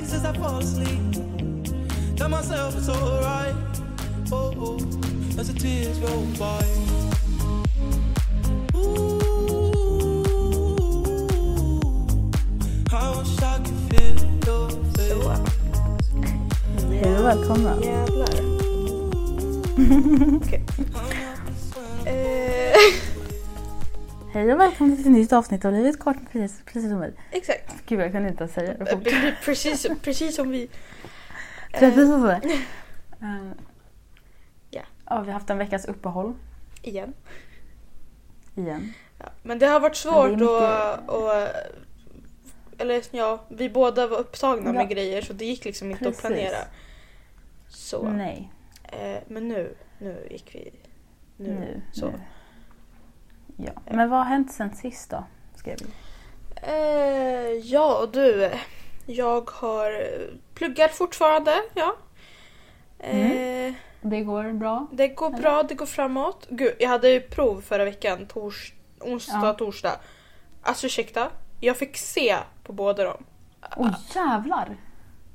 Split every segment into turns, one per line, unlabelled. as I fall asleep. Tell myself it's alright. Oh, oh, as the tears roll by. Ooh, I wish I could feel your
Så.
face.
Hej och välkomna.
Jävlar. Okej. Eh,
Hej och välkomna till ett nytt avsnitt av Livet kort med precis, precis som mig.
Exakt.
Gud jag kunde inte säga det fort.
Precis, precis som vi. Eh,
Precis som mig. Eh,
Ja.
Ja, vi har haft en veckas uppehåll
igen.
igen.
Ja, men det har varit svårt
Men det är
att... Och, eller ja, vi båda var upptagna
Ja.
med grejer så det gick liksom inte
Precis.
att planera. Så.
Nej,
Eh, men nu, nu gick vi... Nu.
nu.
så.
nu. Ja. Men vad har hänt sen sist då? Skrev vi.
Eh, ja, du. Jag har pluggar fortfarande, ja.
Mm.
Eh,
Det går bra.
Det går bra, det går framåt. Gud, jag hade ju prov förra veckan, tors, onsdag,
Ja.
torsdag. Alltså ursäkta, jag fick se på båda dem.
Oj jävlar!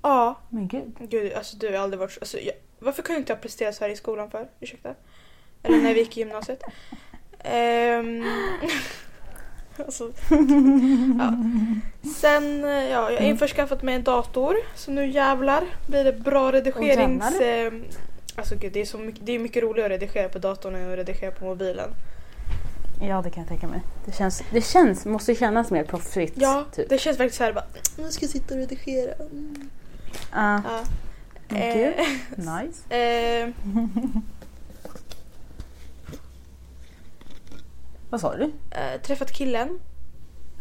Ja,
Men gud.
gud alltså du jag har aldrig varit så- alltså, jag, Varför kunde inte jag prestera så här i skolan för? Ursäkta. Eller när vi gick i gymnasiet. Ehm, alltså, ja. Sen, eh, ja,
Mm.
jag har införskaffat mig en dator. Så nu jävlar blir det bra redigerings...
jävlar.
ehm, alltså gud, det är, så mycket, det är mycket roligare att redigera på datorn än att redigera på mobilen.
Ja det kan jag tänka mig. Det känns, det känns måste ju kännas mer proffsigt.
Ja,
typ.
det känns verkligen såhär bara... Nu ska jag sitta och redigera. Mm.
Ah,
Ja.
men
Eh,
gud. Nice.
eh,
Vad sa du?
eh, träffat killen.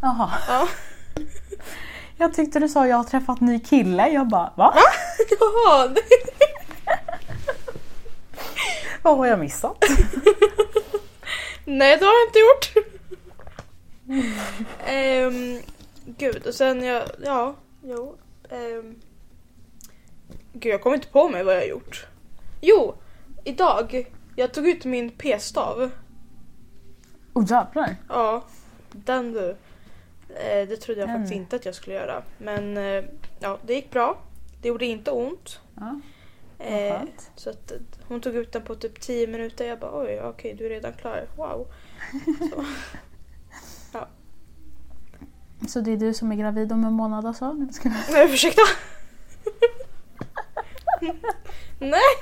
Jaha.
Ja.
Jag tyckte du sa jag har träffat ny kille. Jag bara va?
Jaha! det-
Vad har jag missat?
Nej, det har jag inte gjort. Ehm, gud, och sen jag... Ja, jo. ehm. gud, jag kommer inte på mig vad jag har gjort. Jo, idag. Jag tog ut min p-stav.
Åh jävlar.
Ja, den du. Eh, det trodde jag
Den.
faktiskt inte att jag skulle göra. Men eh, ja, det gick bra. Det gjorde inte ont.
Ja, vad
Eh,
skönt.
så att eh, hon tog ut den på typ 10 minuter. Jag bara oj, okej du är redan klar. Wow. Så.
Så det är du som är gravid om en månad alltså? Nej, jag skojar.
Nej, ursäkta. Nej,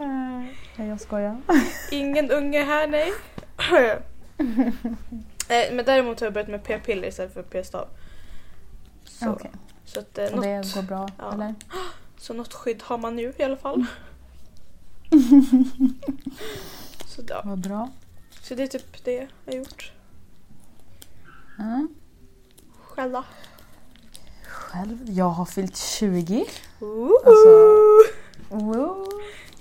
Eh, Nej jag skojar.
ingen unge här nej. eh, men däremot har jag börjat med p-piller istället för p-stav. Så,
Okej.
så, att, eh,
Och det
något,
går bra
Ja.
eller?
så något skydd har man nu i alla fall. så, ja.
Vad bra.
så det är typ det jag har gjort.
Ja.
Själva.
Själv, jag har fyllt 20.
Alltså,
Wow.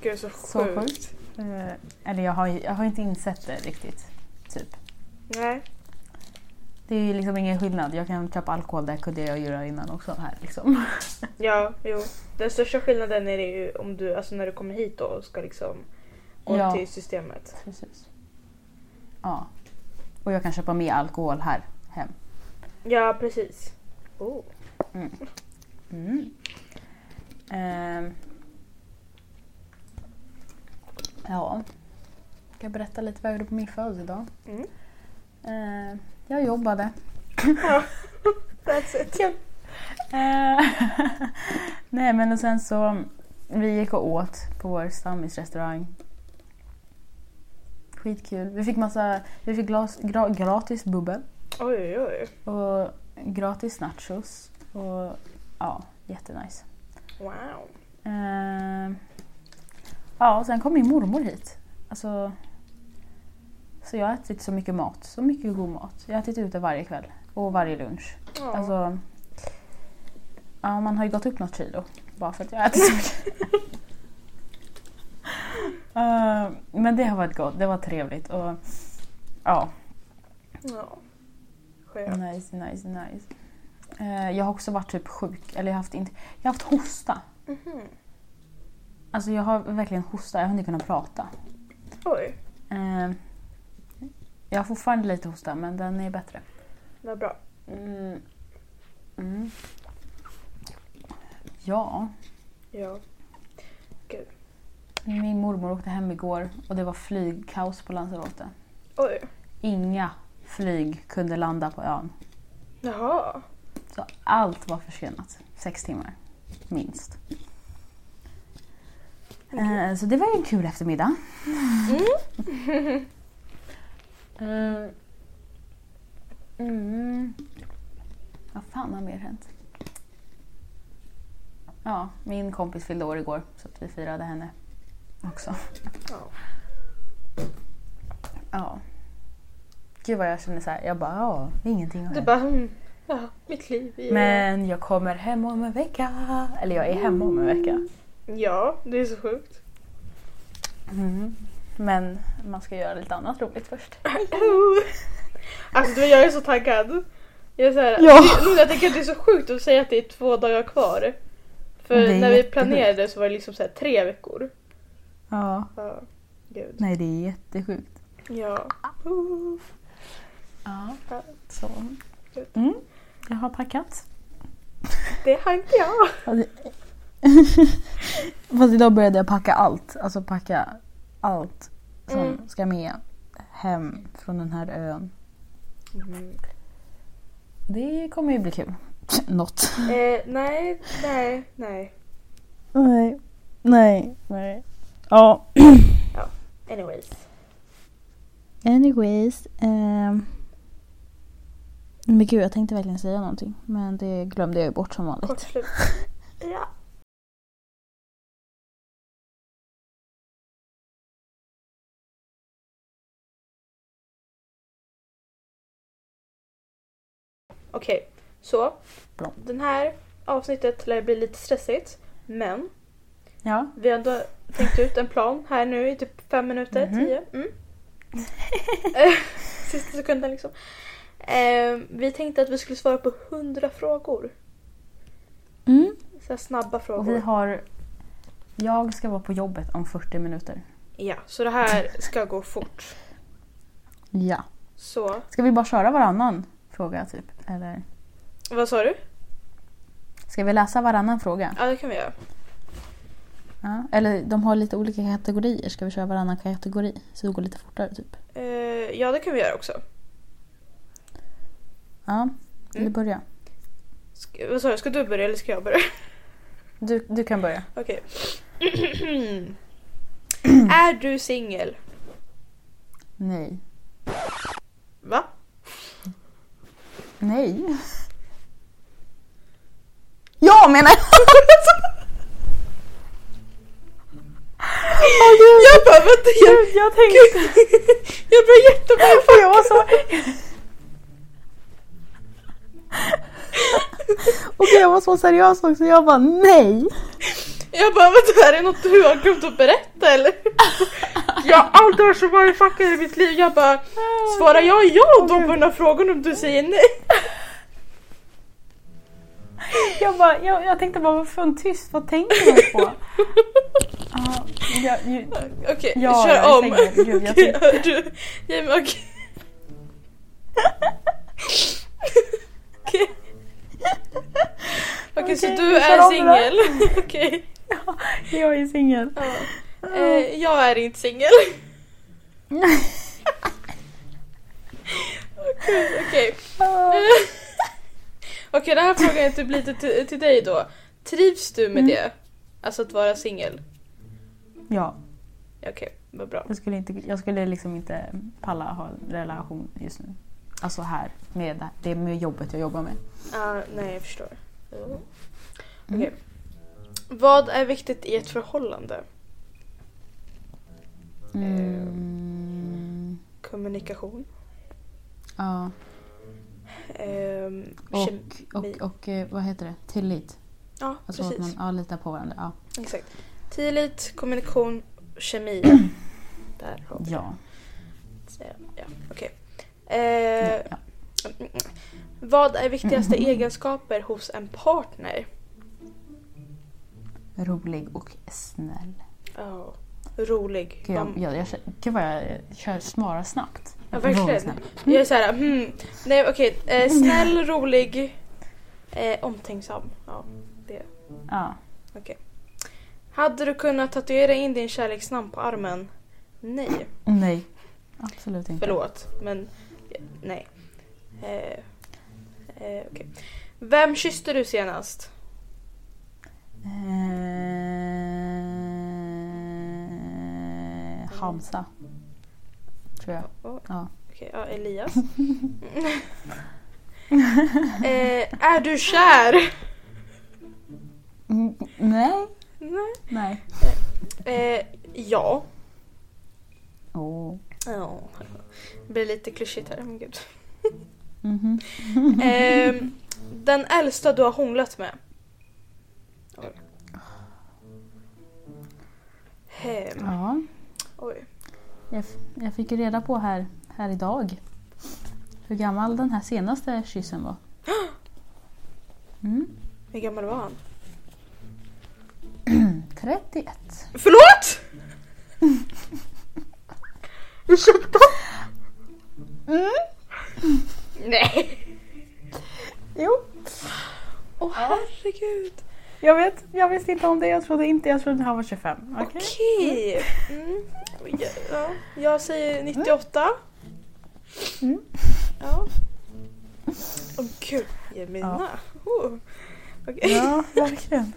Gud så sjukt.
Så sjukt. Eh, eller jag har, ju- jag har inte insett det riktigt. Typ.
Nej.
Det är ju liksom ingen skillnad. Jag kan köpa alkohol, det kunde jag göra innan också här liksom.
Ja, jo. Den största skillnaden är det ju om du, alltså när du kommer hit då och ska liksom gå
Ja.
till systemet.
Precis. Ja. Och jag kan köpa mer alkohol här hem.
Ja, precis. Oh.
Mm. Ehm. Ja. Ska jag berätta lite vad jag gjorde på min födelsedag?
Mm.
Ehm, jag jobbade.
That's it.
Ehm, Nej men och sen så, vi gick och åt på vår stammisrestaurang. Skitkul. Vi fick massa, vi fick glas, gra, gratis bubbel
Oj, oj, oj.
och gratis nachos. Och ja, jättenice.
Wow.
Eh, ja, och sen kom min mormor hit. Alltså, så jag har ätit så mycket mat. Så mycket god mat. Jag har ätit ute varje kväll och varje lunch.
Ja.
Alltså, ja, man har ju gått upp något kilo bara för att jag har ätit så mycket. Eh, men det har varit gott. Det var trevligt. Och, ja,
ja. Skönt.
nice, nice, nice. Eh, jag har också varit typ sjuk. Eller jag har haft, inte, jag har haft hosta.
Mhm.
Alltså jag har verkligen hosta. Jag har inte kunnat prata.
Oj,
Eh, jag har fortfarande lite hosta men den är bättre.
vad bra.
Mm. Mm. Ja,
Ja.
min mormor åkte hem igår och det var flygkaos på Lanzarote.
Oj.
Inga flyg kunde landa på ön.
Jaha.
Så allt var försenat. Sex timmar, minst. Eh, Så det var ju en kul eftermiddag.
Eh,
Mm. Mm. Vad fan har mer hänt? Ja, min kompis fyllde år igår så att vi firade henne också.
Ja.
Ja. Gud vad jag känner så här, jag bara ja, ingenting har
Du
hänt.
bara, mm, ja, mitt liv. i-
Men jag kommer hem om en vecka. Eller jag är hemma om en vecka.
Ja, det är så sjukt.
Mm. Men man ska göra lite annat roligt först.
alltså du, jag är så taggad. Jag är så här,
Ja.
det, nu, jag tänker att det är så sjukt att säga att det är två dagar kvar. För
Det är
när vi
jättesjukt.
planerade så var det liksom så här tre veckor.
Ja,
Ja, gud.
nej det är jättesjukt.
Ja.
Ja,
Ja.
så. Mm. Jag har packat.
Det har inte jag.
Fast idag började jag packa allt. Alltså packa allt som
Mm.
ska med hem från den här ön. Mm. Det kommer ju bli kul. Något.
Eh, nej, nej, nej.
Nej. Nej. Nej. Ja.
Anyways.
Anyways. ehm. Men gud, jag tänkte verkligen säga någonting. Men det glömde jag ju bort som vanligt.
Kort slut. Ja. Okej, så.
Bra.
Den här avsnittet lär bli lite stressigt. Men
Ja.
vi har ändå tänkt ut en plan här nu i typ fem minuter,
Mhm.
tio. Mm. Eh, Sista sekunden liksom. Eh, vi tänkte att vi skulle svara på hundra frågor.
Mm.
Så här snabba frågor.
Och vi har... Jag ska vara på jobbet om 40 minuter.
Ja, så det här ska gå fort.
Ja.
Så,
Ska vi bara köra varannan fråga typ? Eller?
vad sa du?
Ska vi läsa varannan fråga?
Ja, det kan vi göra.
Ja. Eller de har lite olika kategorier. Ska vi köra varannan kategori? Så det går lite fortare typ.
Eh, ja, det kan vi göra också.
Ja. Vill du
Mm.
börja?
Ska, vad sa du, ska du börja eller ska jag börja?
Du, du kan börja.
Okej. är du singel?
Nej.
Va?
Nej. Jag menar jag!
Jag bara, vänta, jag,
jag tänkte...
jag blev jättemånga
För jag var så... Okej jag var så seriös också, jag bara nej!
Jag bara, vänta, är det något du har glömt att berätta eller? jag har aldrig varit så mindfuckad i mitt liv. Jag bara, svarar jag ja då på den här frågan om du säger nej?
Jag, bara, jag, jag tänkte bara varför är hon tyst, vad tänker hon på? Ja, jag, ju,
Okej,
Ja, jag är
kör om.
singel. Gud, jag
Okej, hör du? Ja, men okej. Okej. Okej, så
Okej,
du
vi kör
är
om det Mm. där.
singel? Okej.
jag är singel.
Ja. Eh, jag är inte singel. Okej. Okej, Okej, den här frågan är typ lite till, till dig då. Trivs du med
Mm.
det? Alltså att vara singel?
Ja,
Ja, Okej, vad bra.
jag skulle, inte, jag skulle liksom inte palla ha en relation just nu. Alltså här, med det, här- det är med jobbet jag jobbar med.
Ja, nej, jag förstår. Ja.
Mm.
Okej. Vad är viktigt i ett förhållande?
Mm,
Eh. Kommunikation.
ja.
Ehm,
Och,
kem-
och,
vi-
och, eh, vad heter det? Tillit.
ja,
Alltså
precis.
att man ja, litar på varandra. Ja.
Exakt. Tillit, kommunikation, kemi.
Mm.
Där har vi
ja.
det. Ja, okej. Eh,
ja.
Vad är viktigaste egenskaper hos en partner?
Rolig och snäll.
Ja, Rolig.
Gud, jag,
De-
jag, jag, känner- gud vad jag kör svara snabbt.
Ja,
Rolig och
verkligen.
snäll.
Jag är såhär, hmm.
Mm.
Nej okej, eh, snäll, rolig, eh, omtänksam. Ja, det
Ja.
Hade du kunnat tatuera in din kärleksnamn på armen? Nej.
Nej. Absolut inte.
Förlåt, men eh, nej. Eh, eh, okej. Vem kysste du senast?
Eh, Hamza. Tror jag.
Oh,
Ja.
Okej, ja, Elias. eh, är du kär?
Mm, nej.
Nej.
Nej.
Eh, ja.
Oh.
Ja. Det blir lite klyschigt här, men gud.
Mhm.
Ehm, den äldsta du har hånglat med? Oj. Ehm,
Ja.
oj.
Jag, f- jag fick ju reda på här, här idag hur gammal den här senaste kyssen var. Mm.
Hur gammal var han?
31.
Förlåt! Ursäkta?
Mm.
Nej!
Jo,
Åh herregud.
jag vet. Jag visste inte om det. Jag trodde inte. Jag trodde han var 25. Okej.
Okej. Mm. Ja, ja. Jag säger 98.
Mm.
Ja. Åh gud, Jemina. Oh. Okej.
Ja, verkligen.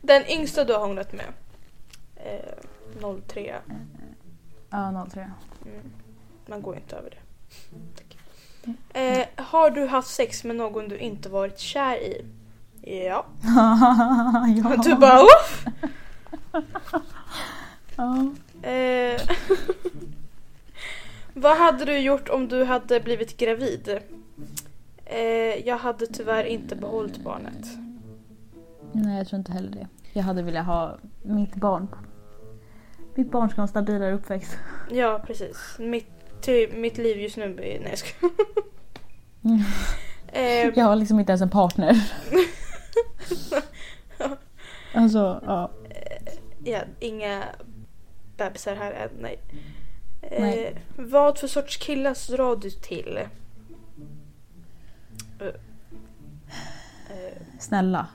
Den yngsta du har hånglat med? Eh, 03.
Ja, 03.
Mm. Man går ju inte över det. Tack. Eh, har du haft sex med någon du inte varit kär i? Ja.
ja.
Du bara oh!
Ja.
eh, Vad hade du gjort om du hade blivit gravid? Eh, jag hade tyvärr inte behållit barnet.
Nej, jag tror inte heller det. Jag hade velat ha mitt barn. Mitt barn ska ha en stabilare uppväxt.
Ja, precis. Mitt, till, mitt liv just nu... Nej, jag skojar.
Mm.
Eh,
Jag har liksom inte ens en partner. alltså, ja.
Ja, inga bebisar här än, nej. Eh,
Nej.
vad för sorts killar så drar du till? Eh, eh,
Snälla,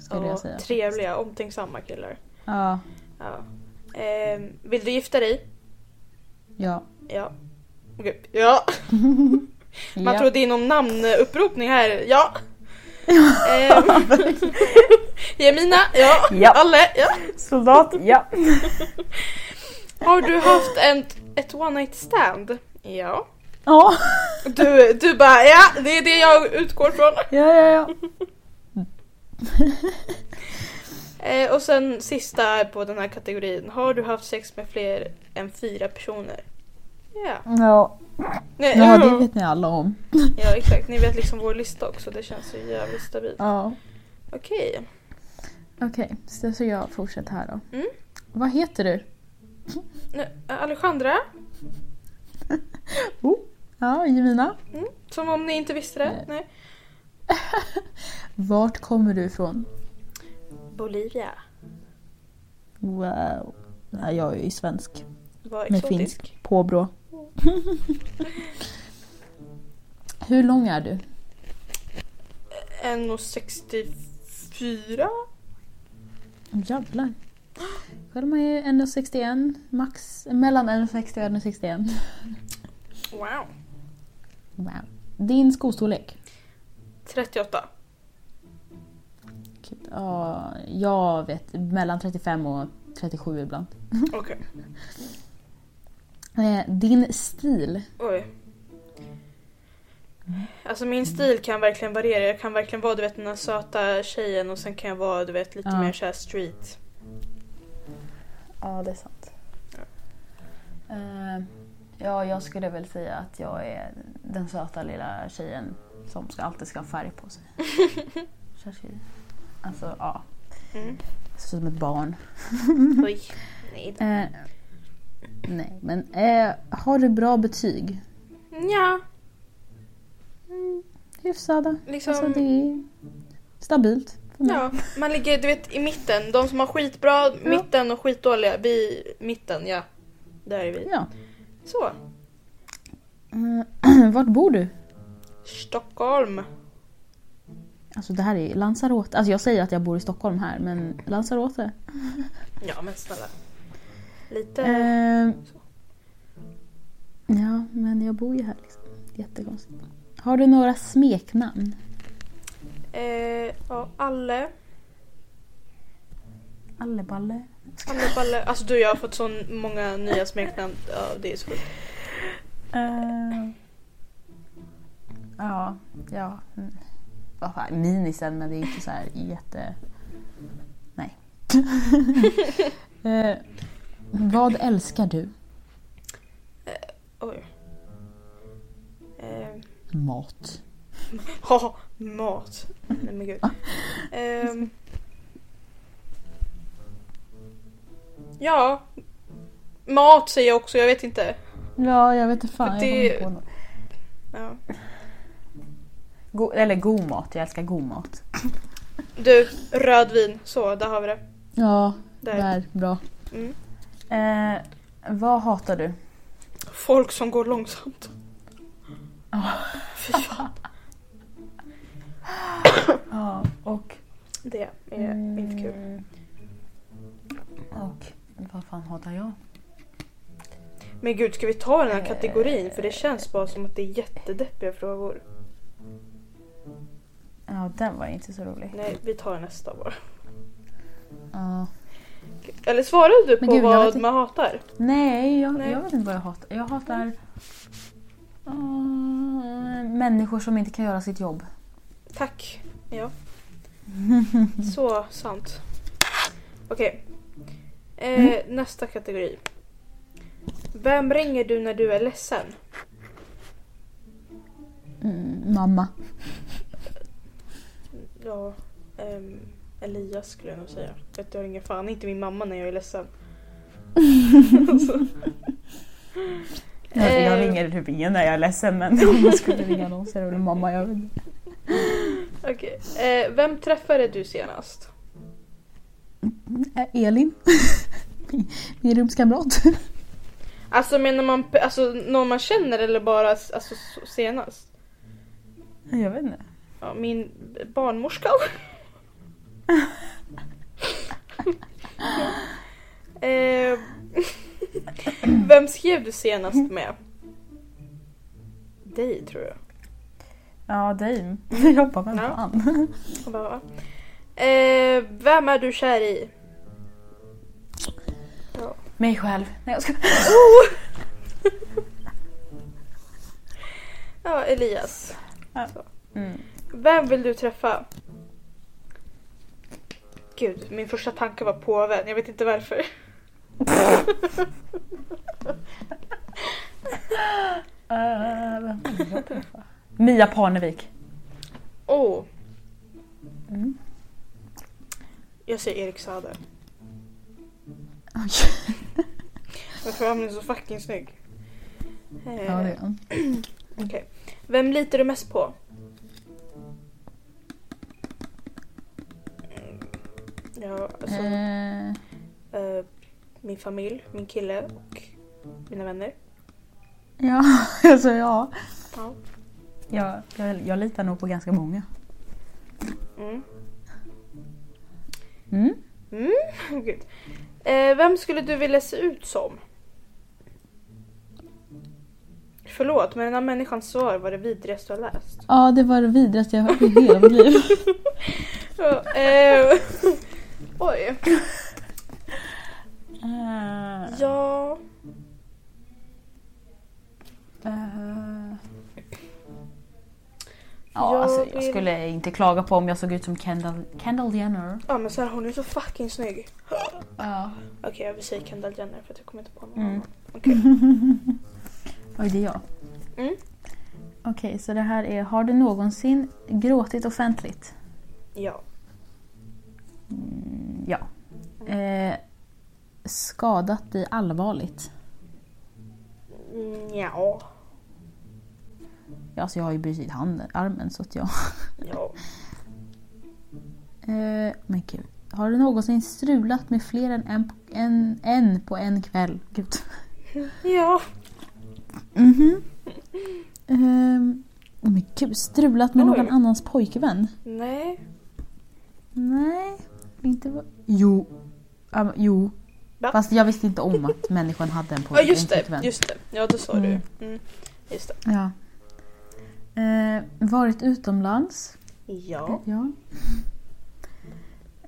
skulle
och
jag säga.
Trevliga, omtänksamma killar.
Ja,
Ja. Eh, vill du gifta dig?
ja.
Ja. Okej, Ja. Man
ja.
tror det är någon namnuppropning här. Ja. Eh, Jemina? Ja.
Ja.
Alle? Ja.
Soldat, ja.
Har du haft en, ett one night stand? Ja.
Ja,
Du, du bara ja, det är det jag utgår från.
ja, ja.
Eh, och sen sista på den här kategorin. Har du haft sex med fler än fyra personer? Ja.
Ja,
Nej,
ja det vet ni alla om.
ja exakt, ni vet liksom vår lista också. Det känns ju jävligt stabilt.
Ja.
Okej.
Okej, så- så jag fortsätter här då.
Mm.
Vad heter du?
Nu, eh, Alexandra,
Ja, Jemina.
som om ni inte visste det. Nej.
Vart kommer du ifrån?
Bolivia.
Wow. Nej, jag är ju svensk.
Vad
Med
exotisk.
finsk påbrå. Hur lång är du?
1,64?
Åh, Jävlar. Själv är man ju 1,61. Max mellan 1,60 och 1,61.
Wow.
Wow. Din skostorlek?
38.
Gud, Ja, jag vet. Mellan 35 och 37 ibland.
Okej.
Eh, Din stil?
Oj. Alltså min stil kan verkligen variera. Jag kan verkligen vara du vet den här söta tjejen och sen kan jag vara du vet lite
Ja.
mer såhär street.
Ja, det är sant. Eh, ja, jag skulle väl säga att jag är den söta lilla tjejen som ska, alltid ska ha färg på sig. Kanske- alltså, ja.
Mm.
Ser ut som ett barn. Mhm.
Oj. Nej.
Eh, nej, men eh, har du bra betyg?
Nja,
Hyfsade.
liksom.
Alltså, det är stabilt. för mig.
ja, man ligger du vet i mitten. De som har skitbra, mitten och skitdåliga. Vi, mitten ja. Där är vi.
ja.
Så.
Eh, vart bor du?
Stockholm.
Alltså det här är Lanzarote. Alltså jag säger att jag bor i Stockholm här men Lanzarote.
Ja men snälla. Lite...
Eh, ja men jag bor ju här liksom. Jättekonstigt. Har du några smeknamn?
Eh, ja, Alle.
Alleballe.
Alle Balle. Alltså du jag har fått så många nya smeknamn. Ja, det är så sjukt.
Eh, ja, ja. mm. Vad fan, minisen men det är inte så här jätte... Nej. Eh, vad älskar du?
Oj. Eh,
Mat.
ha, mat. Nej men gud. Ehm. ja. Mat säger jag också, jag vet inte.
Ja, jag vet inte fan.
För
jag
det-
kommer inte på något.
Ja.
Go- eller god mat, jag älskar god mat.
Du, rödvin. Så, där har vi det.
Ja,
Där.
bra.
Mm.
Eh, vad hatar du?
Folk som går långsamt. Fy fan.
Ja, och... eh,
Det är
Mm.
inte kul.
Och vad fan hatar jag?
Men gud, ska vi ta den här kategorin? För det känns bara som att det är jättedeppiga frågor.
Ja, den var inte så rolig.
Nej, vi tar nästa bara.
Ja.
Eller svarade du på
Men gud, jag vet
vad
inte.
man hatar?
Nej, jag,
Nej.
jag vet inte vad jag hatar. Jag hatar eh, människor som inte kan göra sitt jobb.
Tack. Ja. Så sant. Okej. Eh,
Mm.
Nästa kategori. Vem ringer du när du är ledsen?
Mm, mamma.
Ja, ehm, Elias skulle jag nog säga. För att jag ringer fan inte min mamma när jag är ledsen. Alltså.
Jag, jag
Eh,
ringer typ ingen när jag är ledsen men om jag skulle ringa någon så är det väl mamma. Jag vet inte.
Okej. Eh, vem träffade du senast?
Eh, Elin. Min- Min rumskamrat.
Alltså menar man pe- alltså, någon man känner eller bara s- alltså, s- senast?
Jag vet inte.
Ja, min b- barnmorska. eh, vem skrev du senast med? Dig tror jag.
Ja, dig. Vi jobbar med
Ja.
fan.
Jag bara, va? Eh, vem är du kär i?
Mig själv. Nej, jag ska...
Ja, Elias.
mm.
Vem vill du träffa? Gud, min första tanke var påven. Jag vet inte varför.
Eh, vem vill jag träffa? Mia Parnevik.
Åh,
Mm.
jag säger Erik Saade. Varför är han så fucking snygg? Eh,
Ja, det är hon.
Vem litar du mest på? Mm, Ja, alltså
Eh,
eh, min familj, min kille och mina vänner.
ja, alltså ja.
Ja.
Jag, jag, jag litar nog på ganska många.
Mm.
Mm.
Gud. Eh, vem skulle du vilja se ut som? Förlåt, men den här människans svar var det vidrigaste jag har läst.
Ja, det var det vidrigaste jag har hört i hela mitt liv.
Ja, eh, oj.
Eh,
Ja.
eh.
Jag
Ja, alltså, jag
vill-
skulle inte klaga på om jag såg ut som Kendall, Kendall Jenner.
ja, men så här, hon är så fucking snygg.
Ja.
Okej, jag vill säga Kendall Jenner för att jag kommer inte på någon
Mm.
annan. Okej.
Oj, det är jag.
Mm.
Okej, så det här är, har du någonsin gråtit offentligt?
Ja.
Mm, ja. Eh, skadat dig allvarligt?
Mm, Ja.
Ja, alltså jag har ju brutit handen, armen så att jag...
Ja.
Eh, men gud. Har du någonsin strulat med fler än en, en, en på en kväll? Gud.
Ja.
Mhm. Ehm, Men gud, strulat med
Oj.
någon annans pojkvän?
Nej.
Nej, inte vad... Jo. Ja, men jo.
Va?
Fast jag visste inte om att människan hade en pojk,
Ja just
en
det,
flickvän.
just det. Ja då sa
Mm.
du. Mm. Just det.
Ja. Eh, varit utomlands.
Ja.
Ja.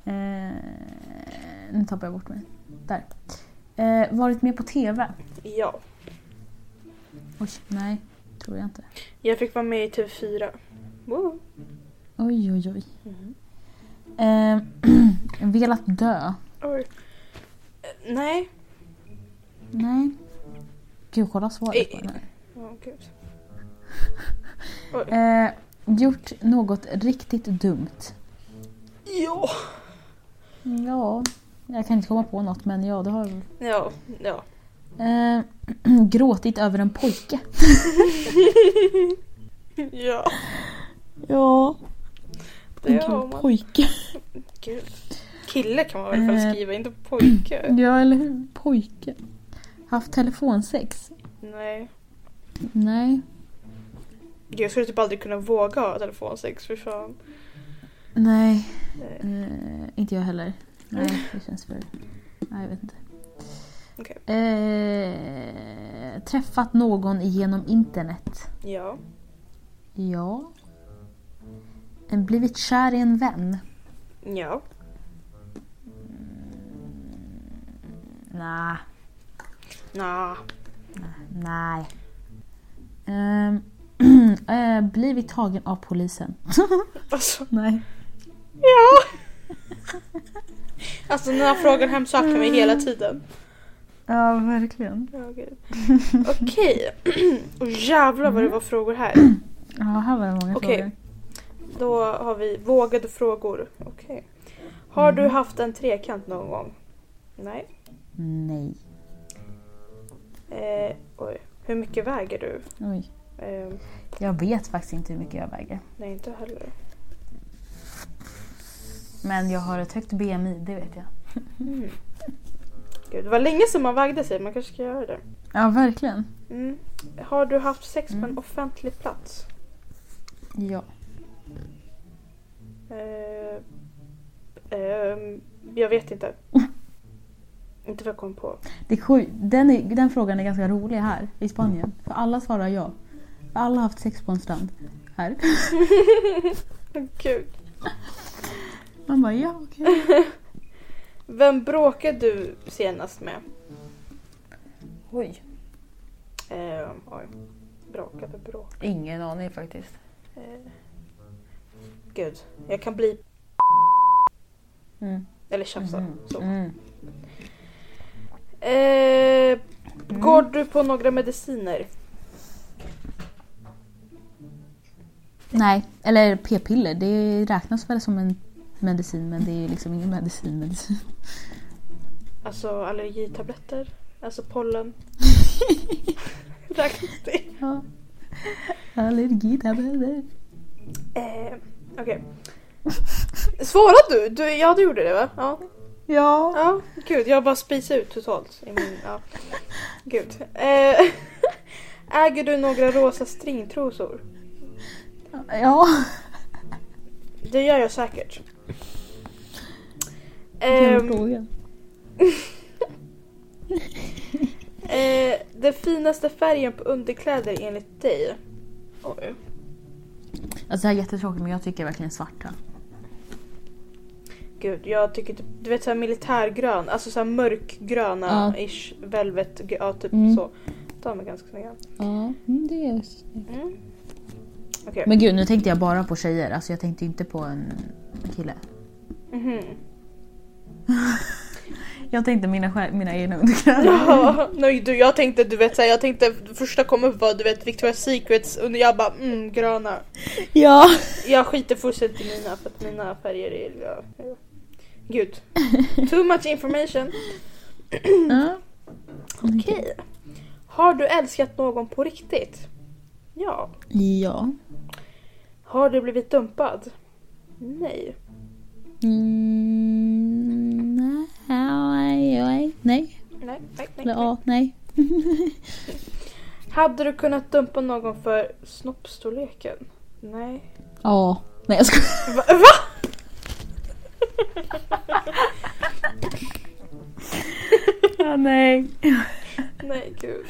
Eh, nu tappar jag bort mig. Där. Eh, varit med på TV.
Ja.
Oj, nej. Tror jag inte.
Jag fick vara med i TV4. Wow.
Oj, oj, oj.
Mm.
Eh, velat dö.
Oj. Eh, Nej.
Nej. Gud, kolla svaret på
Eh.
den här.
Åh gud.
Eh, gjort något riktigt dumt.
Ja.
Ja, jag kan inte komma på något men ja, det har jag väl.
Ja. Ja.
eh, Gråtit över en pojke.
Ja.
Ja,
Det har man.
pojke.
Gud. Kille kan man väl i alla fall
Eh.
skriva, inte pojke.
Ja, eller hur? Pojke. Haft telefonsex?
Nej.
Nej.
Gud, Jag skulle typ aldrig kunna våga ha telefonsex för fan.
Nej,
Nej.
eh, inte jag heller. Nej, det känns för... Nej, jag vet inte.
Okej.
Eh, träffat någon genom internet?
Ja.
Ja. Blivit kär i en vän?
Ja.
Nej.
Nja.
Nej. Ehm, eh, blivit tagen av polisen?
Alltså.
Nej.
Ja. Alltså den här frågan hemsöker mig hela tiden.
Ja, verkligen.
Ja, gud. Okej. Och jävlar vad det var frågor här.
Ja, här var det många
Okej.
frågor.
Då har vi vågade frågor. Okej. Har du haft en trekant någon gång? Nej.
Nej.
Eh, oj. Hur mycket väger du?
Oj.
Eh,
Jag vet faktiskt inte hur mycket jag väger.
nej, inte heller.
Men jag har ett högt BMI, det vet jag.
Mm. Gud, det var länge sedan man vägde sig. Man kanske ska göra det.
Ja, verkligen.
Mm. Har du haft sex på en
Mm.
offentlig plats?
Ja.
Eh, ehm, jag vet inte. inte vad jag kom på.
Det är sjukt. den, är, den frågan är ganska rolig här i Spanien. För alla svarar ja. För alla har haft sex på en strand. Här.
Gud.
Man bara ja, okej.
Vem bråkade du senast med?
Oj.
Eh, oj. Bråkade, bråk.
Ingen aning faktiskt.
Eh. Gud, jag kan bli...
Mm.
Eller tjafsa. Så.
Mm.
Eh, Går
Mm.
du på några mediciner?
Nej, eller p-piller. Det räknas väl som en medicin men det är liksom ingen medicin. medicin.
Alltså allergitabletter? Alltså pollen? Räknas det?
Ja. Allergitabletter.
Eh, Okej. Svarade du? du? Ja, du gjorde det va? Ja.
Ja.
Ja, gud. Jag bara spisade ut totalt. I min, ja. Gud. Eh, äger du några rosa stringtrosor?
Ja.
Det gör jag säkert.
Den
Ehm,
frågan.
eh, den finaste färgen på underkläder enligt dig? Oj.
Alltså det här är jättetråkigt men jag tycker verkligen svarta.
Gud, jag tycker typ, du vet såhär militärgrön, alltså såhär mörkgröna
Ja.
ish, velvet, ja typ
Mm.
så. De är ganska snygga.
Ja, det är
Mm. Okej.
Men gud nu tänkte jag bara på tjejer, alltså jag tänkte inte på en kille.
Mhm.
Jag tänkte mina, skär- mina egna underkläder.
Ja, nej, du, jag tänkte du vet såhär, jag tänkte första kom upp var du vet Victoria's Secrets och jag bara mm gröna.
Ja.
Jag skiter fullständigt i mina för att mina färger är... Ja, ja. Gud. Too much information.
ja.
Okej. Har du älskat någon på riktigt? Ja.
Ja.
Har du blivit dumpad? Nej.
Mm, nej, nej, nej.
Nej, nej, nej.
Eller
nej.
ja, nej.
Hade du kunnat dumpa någon för snoppstorleken? Nej.
Ja. Nej jag skojar.
Va? va?
Ja, nej.
Nej gud.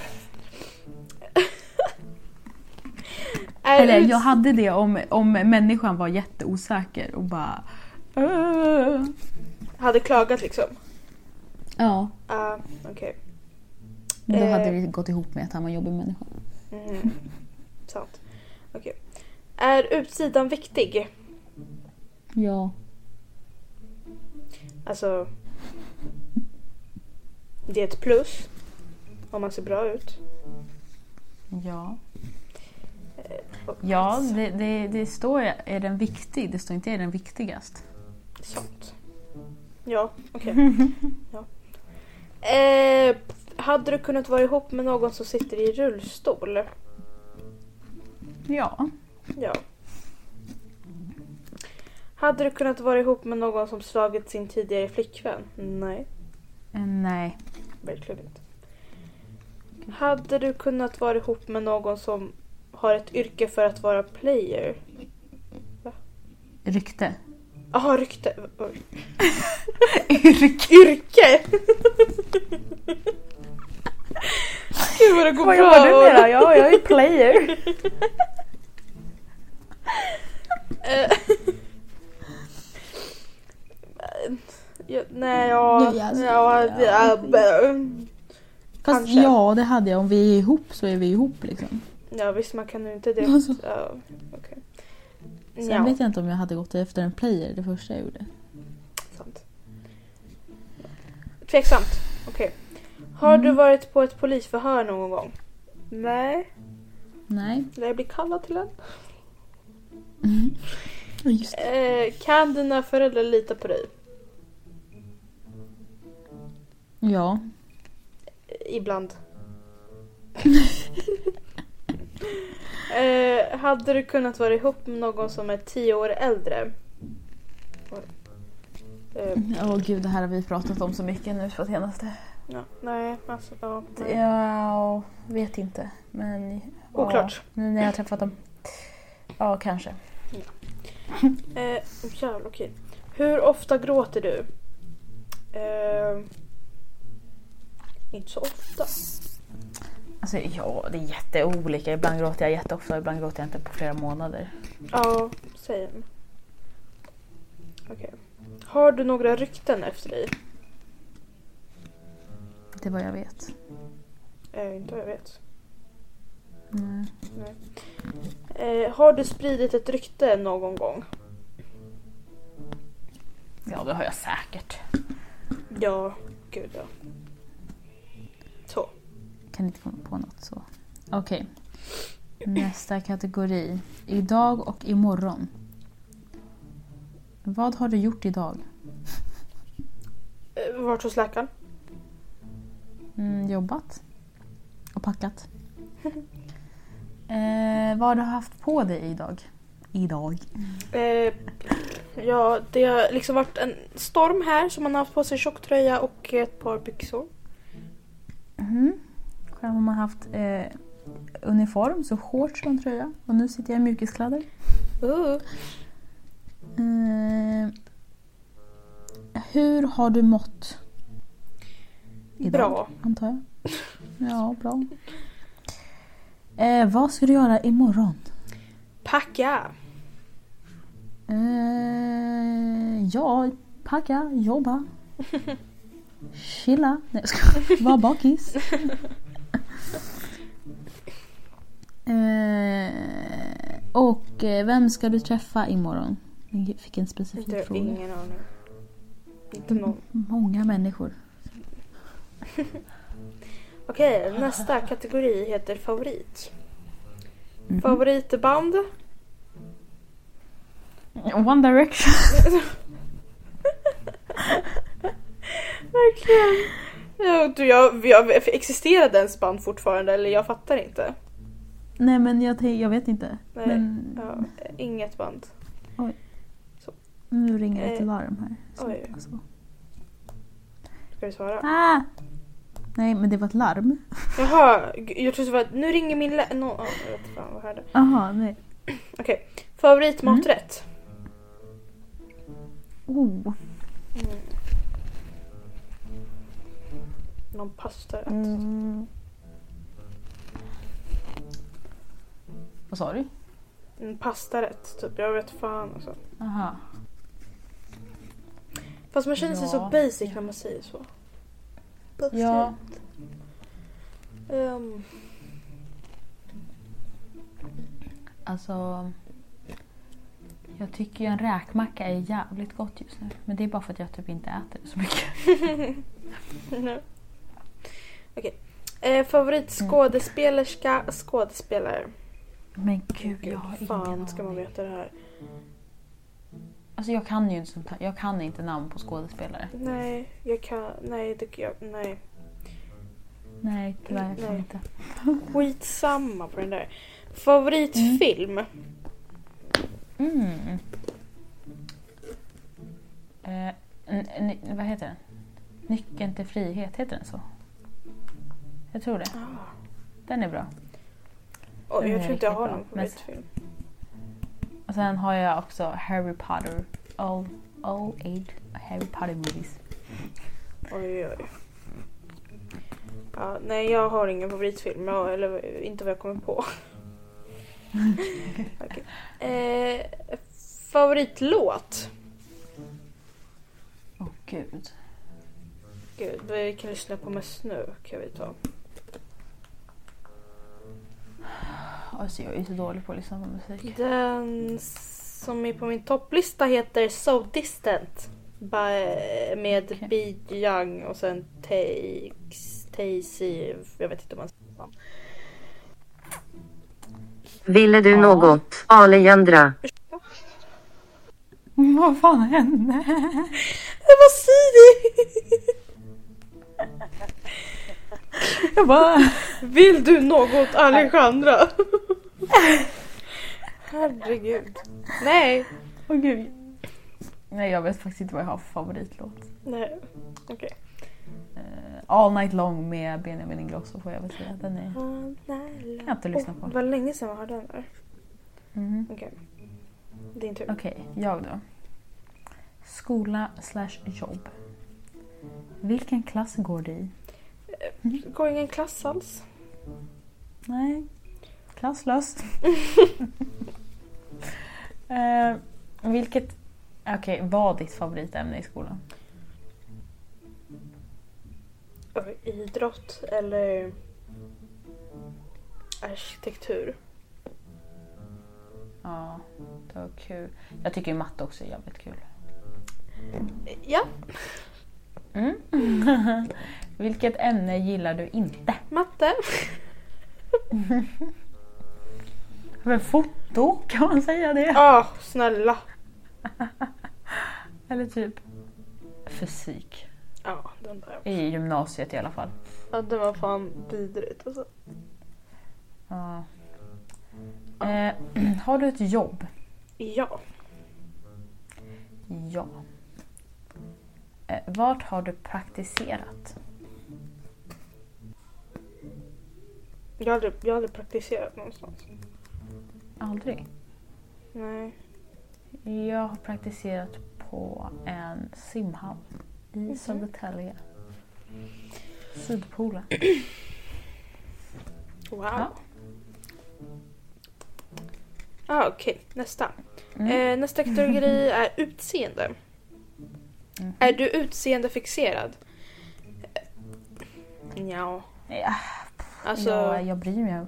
Är
Eller
ut-
jag hade det om, om människan var jätteosäker och bara... "Åh."
Ah. hade klagat liksom.
Ja.
Ah, okej.
Då
Eh.
hade vi gått ihop med att han var en jobbig människa.
Mhm. Sant. Okej. Är utsidan viktig?
Ja.
Alltså... Det är ett plus. Om man ser bra ut.
Ja.
Och-
Ja, det, det, det står ju- är den viktig, det står inte är den viktigast.
Sant. Ja, okej. ja. Eh, hade du kunnat vara ihop med någon som sitter i rullstol?
Ja.
Ja. Hade du kunnat vara ihop med någon som slagit sin tidigare flickvän? Nej,
Eh, Nej.
verkligen inte. Hade du kunnat vara ihop med någon som har ett yrke för att vara player?
Rykte.
Jaha, rykte. Oj.
Yrke.
Yrke! Gud vad det går
Vad
bra.
jobbar du med då? Ja, jag är player.
Eh. Ja, nej, ja...
Ja, alltså,
ja,
ja.
ja, bä-
Fast
Kanske.
ja, det hade jag. Om vi är ihop så är vi ihop liksom.
ja, visst man kan ju inte det.
Alltså.
Ja, okej.
Sen
Ja,
vet jag inte om jag hade gått efter en player det första jag gjorde.
sant. Tveksamt. Okej. Har du varit på ett polisförhör någon gång? Nej.
Nej.
Lär jag bli kallad till en?
Ja, Just det.
Eh, kan dina föräldrar lita på dig?
Ja.
Ibland. eh, hade du kunnat vara ihop med någon som är tio år äldre? Oj. Eh,
Åh gud, det här har vi pratat om så mycket nu på senaste.
ja, nej, alltså, ja, nej.
Jag vet inte. Men... ja,
Oklart.
Nu när jag har träffat dem. Ja, kanske.
Eh, jävlar, okej. Hur ofta gråter du? Eh, inte så ofta.
Alltså ja, det är jätteolika. Ibland gråter jag jätteofta, ibland gråter jag inte på flera månader.
Ja, same. Okej. Har du några rykten efter dig?
Det är vad jag vet.
Eh, inte vad jag vet.
Mm.
Eh, har du spridit ett rykte någon gång?
Ja, det har jag säkert.
Ja, gud ja. Så.
Kan inte komma på något så. Okej. Nästa kategori. Idag och imorgon. Vad har du gjort idag?
Eh, vart hos läkaren?
Mm, jobbat. Och packat. eh, vad har du haft på dig idag? Idag.
Eh, ja, det har liksom varit en storm här så man har haft på sig tjocktröja och ett par byxor.
Mm. Själv har man haft eh, uniform, så shorts och en tröja. Och nu sitter jag i mjukiskläder.
Uh.
Eh, hur har du mått?
Bra.
Antar jag. Ja, bra. Eh, vad ska du göra imorgon?
Packa!
Eh, ja, packa, jobba. Chilla. Nej, jag skojar. Vara bakis. Eh, och eh, vem ska du träffa imorgon? Jag fick en specifik
Inte,
fråga.
ingen aning. Inte någon.
Många människor.
Okej, nästa kategori heter favorit.
Mm.
Favoritband?
One Direction.
Verkligen. Ja, du, jag, jag, existerar dens band fortfarande eller jag fattar inte.
Nej men jag, tänk- jag vet inte.
Nej,
men
Ja, inget band.
nu ringer ett
Eh,
larm här. Så
oj.
att jag så-
Ska du svara?
Ah! Nej, men det var ett larm.
Jaha, g- jag trodde det var nu ringer min lä... No, oh, jag vet fan vad jag hörde.
Jaha, nej.
Okej, Mm. favoritmaträtt?
Oh.
Mm. Någon pastarätt?
Mm. Vad sa du?
En pastarätt typ, jag vet fan alltså.
Aha.
Fast man känner sig
Ja.
så basic när man säger så.
Ja.
Ehm,
Alltså... Jag tycker ju en räkmacka är jävligt gott just nu. Men det är bara för att jag typ inte äter det så mycket.
nej. Okej. Eh, favoritskådespelerska, skådespelare?
Men gud, jag har
fan
ingen
ska man
aning.
veta det här?
Alltså jag kan ju inte sånt här. Jag kan inte namn på skådespelare.
Nej, jag kan... Nej, det, jag, nej.
Nej, tyvärr. Jag kan
Nej.
inte.
Skitsamma på den där. Favoritfilm?
Mm. Eh, n- n- vad heter den? Nyckeln till frihet, heter den så? Jag tror det.
Ah.
Den är bra.
Oj,
Den är
jag tror inte
riktigt
jag har
bra.
någon
Men-
favoritfilm.
Och sen har jag också Harry Potter. All, all eight Harry Potter movies.
Oj, oj, oj. Ja, nej, jag har ingen favoritfilm. Jag, eller inte vad jag kommer på. Okej. eh, favoritlåt?
Åh oh, gud.
Gud, vi kan lyssna på mest nu. Kan vi ta.
Alltså jag är ju så dålig på att lyssna på musik.
Den som är på min topplista heter So Distant. By, med
Okej.
Bee Young och sen Takes- Taisy. Jag vet inte om man
Ville du
Ja.
något, Alejandra?
Vad fan hände?
Det var Siri!
Jag bara...
Vill du något Alejandra? Herregud. Nej.
Åh gud. Nej jag vet faktiskt inte vad jag har för favoritlåt.
Nej. Okej.
Eh, All Night Long med Benjamin Ingrosso får jag väl säga. Den är...
Jag
har inte lyssnat på.
Vad länge sedan jag hörde den där.
Mhm.
Okej. Din tur.
Okej, jag då. Skola slash jobb. Vilken klass går du i?
Går ingen klass alls?
Nej, klasslöst. eh, vilket... Okej, vad ditt favoritämne i skolan?
Över Idrott eller arkitektur?
Ja, det var kul. Jag tycker ju matte också är jävligt kul.
Ja,
Mm. vilket ämne gillar du inte?
matte.
Men foto, kan man säga det?
Ah, snälla.
Eller typ fysik.
Ja, den där.
I gymnasiet i alla fall.
Ja, den var fan vidrigt alltså.
Ja. Eh, har du ett jobb?
Ja.
Ja. Eh, vart har du praktiserat?
Jag har aldrig, jag har aldrig praktiserat någonstans.
Aldrig.
Nej.
Jag har praktiserat på en simhall i
Mhm.
Södertälje. Sydpolen.
Wow.
Ja.
Ja, Ah, okej. Nästa.
Mm.
Eh, nästa kategori är utseende.
Mhm.
Är du utseendefixerad? Eh, Ja.
Ja,
Alltså,
jag, jag bryr mig.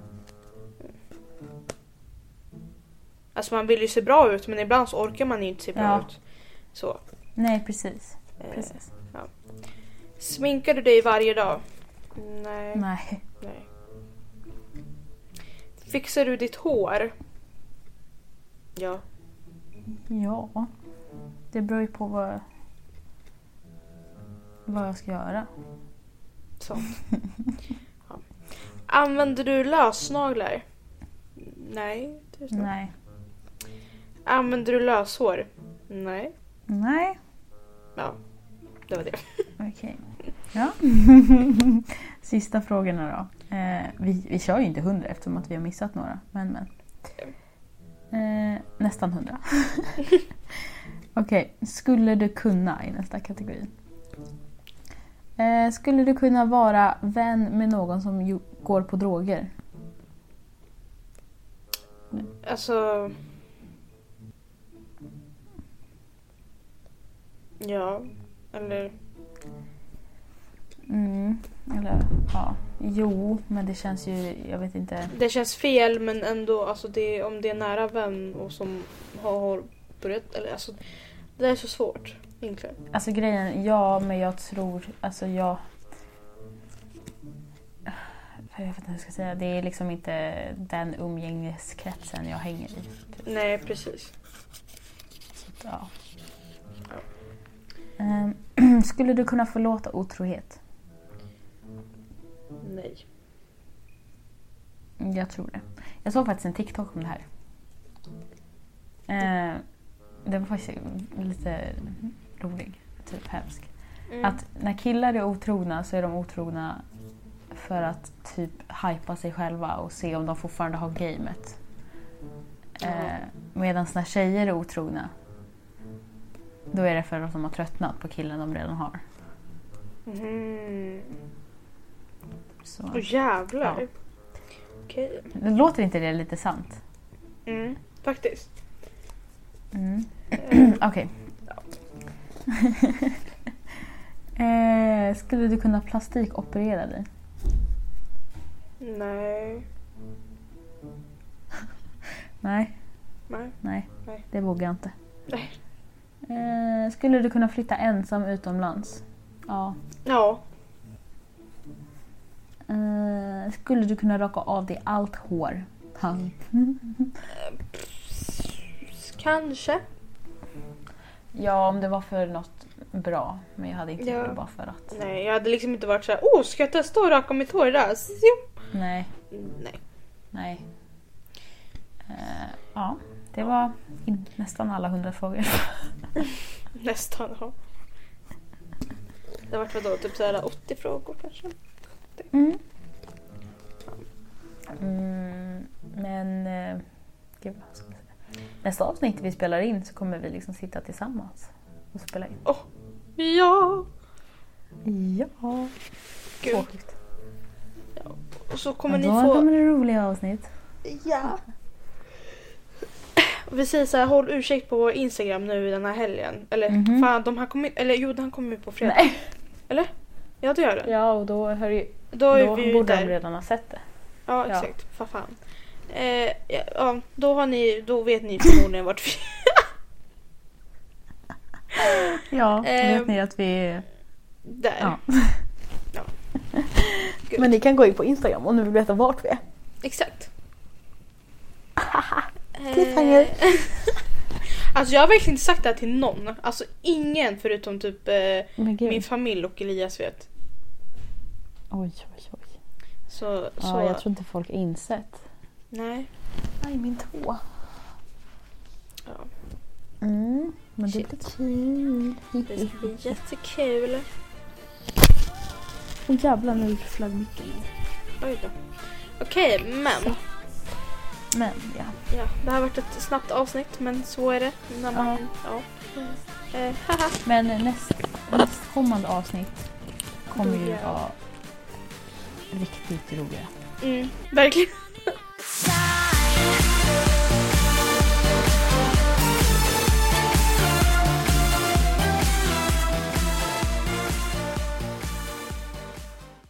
alltså man vill ju se bra ut men ibland så orkar man ju inte se bra
Ja.
ut. Så.
Nej, precis.
eh,
precis.
Sminkar du dig varje dag? Nej.
Nej.
nej. Fixar du ditt hår? Ja.
Ja. Det beror ju på vad, vad jag ska göra.
Sånt. ja. Använder du lösnaglar? Nej. tusen.
Nej.
Använder du löshår? Nej.
Nej.
Ja, det var det.
Okej. Ja. Sista frågorna då. Eh, vi, vi kör ju inte 100 eftersom att vi har missat några. Men, men. Eh, nästan 100. Okej, skulle du kunna i nästa kategori? Eh, skulle du kunna vara vän med någon som ju, går på droger?
Alltså... Ja, eller...
Mm, eller ja. Jo, men det känns ju, jag vet inte.
Det känns fel men ändå, alltså det, om det är nära vän och som har börjat, eller alltså... Det där är så svårt egentligen.
Alltså grejen, ja men jag tror, alltså jag... Jag vet inte hur jag ska säga, det är liksom inte den umgängeskretsen jag hänger i. Typ.
Nej, precis.
Så, att, ja. Ehm, skulle du kunna förlåta otrohet?
Nej.
Jag tror det. Jag såg faktiskt en TikTok om det här. Eh, det var faktiskt lite rolig, typ hemsk.
Mm.
Att när killar är otrogna så är de otrogna för att typ hypa sig själva och se om de fortfarande har gamet. Eh, Medan när tjejer är otrogna då är det för att de har tröttnat på killen de redan har.
Mhm.
Så.
Åh jävlar.
Ja.
Okej.
Låter inte det lite sant?
Mm, faktiskt.
Mm.
Eh,
Okej. eh, skulle du kunna plastikoperera dig?
nej,
Nej,
nej.
nej.
Nej.
Det vågar jag inte.
Nej.
Eh, skulle du kunna flytta ensam utomlands? Ja.
Ja,
Eh, skulle du kunna raka av dig allt hår? Han.
s- kanske.
Ja, om det var för något bra. Men jag hade inte
Ja.
gjort det bara för att.
Nej, jag hade liksom inte varit så här. oh ska jag testa att raka mitt hår idag? Jo.
Nej,
Nej.
nej. Eh, ja, det var in- nästan alla hundra frågor.
Nästan, ja. Det vart vadå, typ såhär 80 frågor kanske?
Mm. Mm, men... Eh, gud, vad ska jag säga? Nästa avsnitt vi spelar in så kommer vi liksom sitta tillsammans och spela in.
Ja!
Ja,
Gud.
tråkigt.
Och så kommer
Men
ni
då
få...
kommer det roliga avsnitt.
Ja. Vi säger så här, håll ursäkt på vår Instagram nu den här helgen. Eller
Mhm.
fan, de här kommer Eller jo, den kommer på fredag.
Nej.
Ja, det gör den.
Ja, och då, hör ju,
Då är vi ju där.
redan ha sett det.
Ja,
Ja.
exakt. Vad fan. Eh, ja, ja, då, har ni, då vet ni förmodligen vart vi...
Ja,
Ehm.
vet ni att vi...
Där.
Ja.
Ja.
Men ni kan gå in på Instagram om ni vill veta vart vi är.
Exakt.
Cliffhanger.
Eh, alltså jag har verkligen inte sagt det här till någon. Alltså ingen förutom typ eh,
Men gud.
min familj och Elias vet.
Oj, oj, oj.
Så, så
Ja, jag tror inte folk har insett.
nej.
Aj, min tå.
Ja.
Mm, men det
Shit.
blir kul.
Det ska bli jättekul.
Åh jävlar nu flög micken
Oj då. Okej, men.
Men ja.
Ja, det har varit ett snabbt avsnitt men så är det. När man, ja. Eh, haha.
Men näst, nästkommande avsnitt kommer ju
Roliga.
vara riktigt roliga.
Mm, verkligen.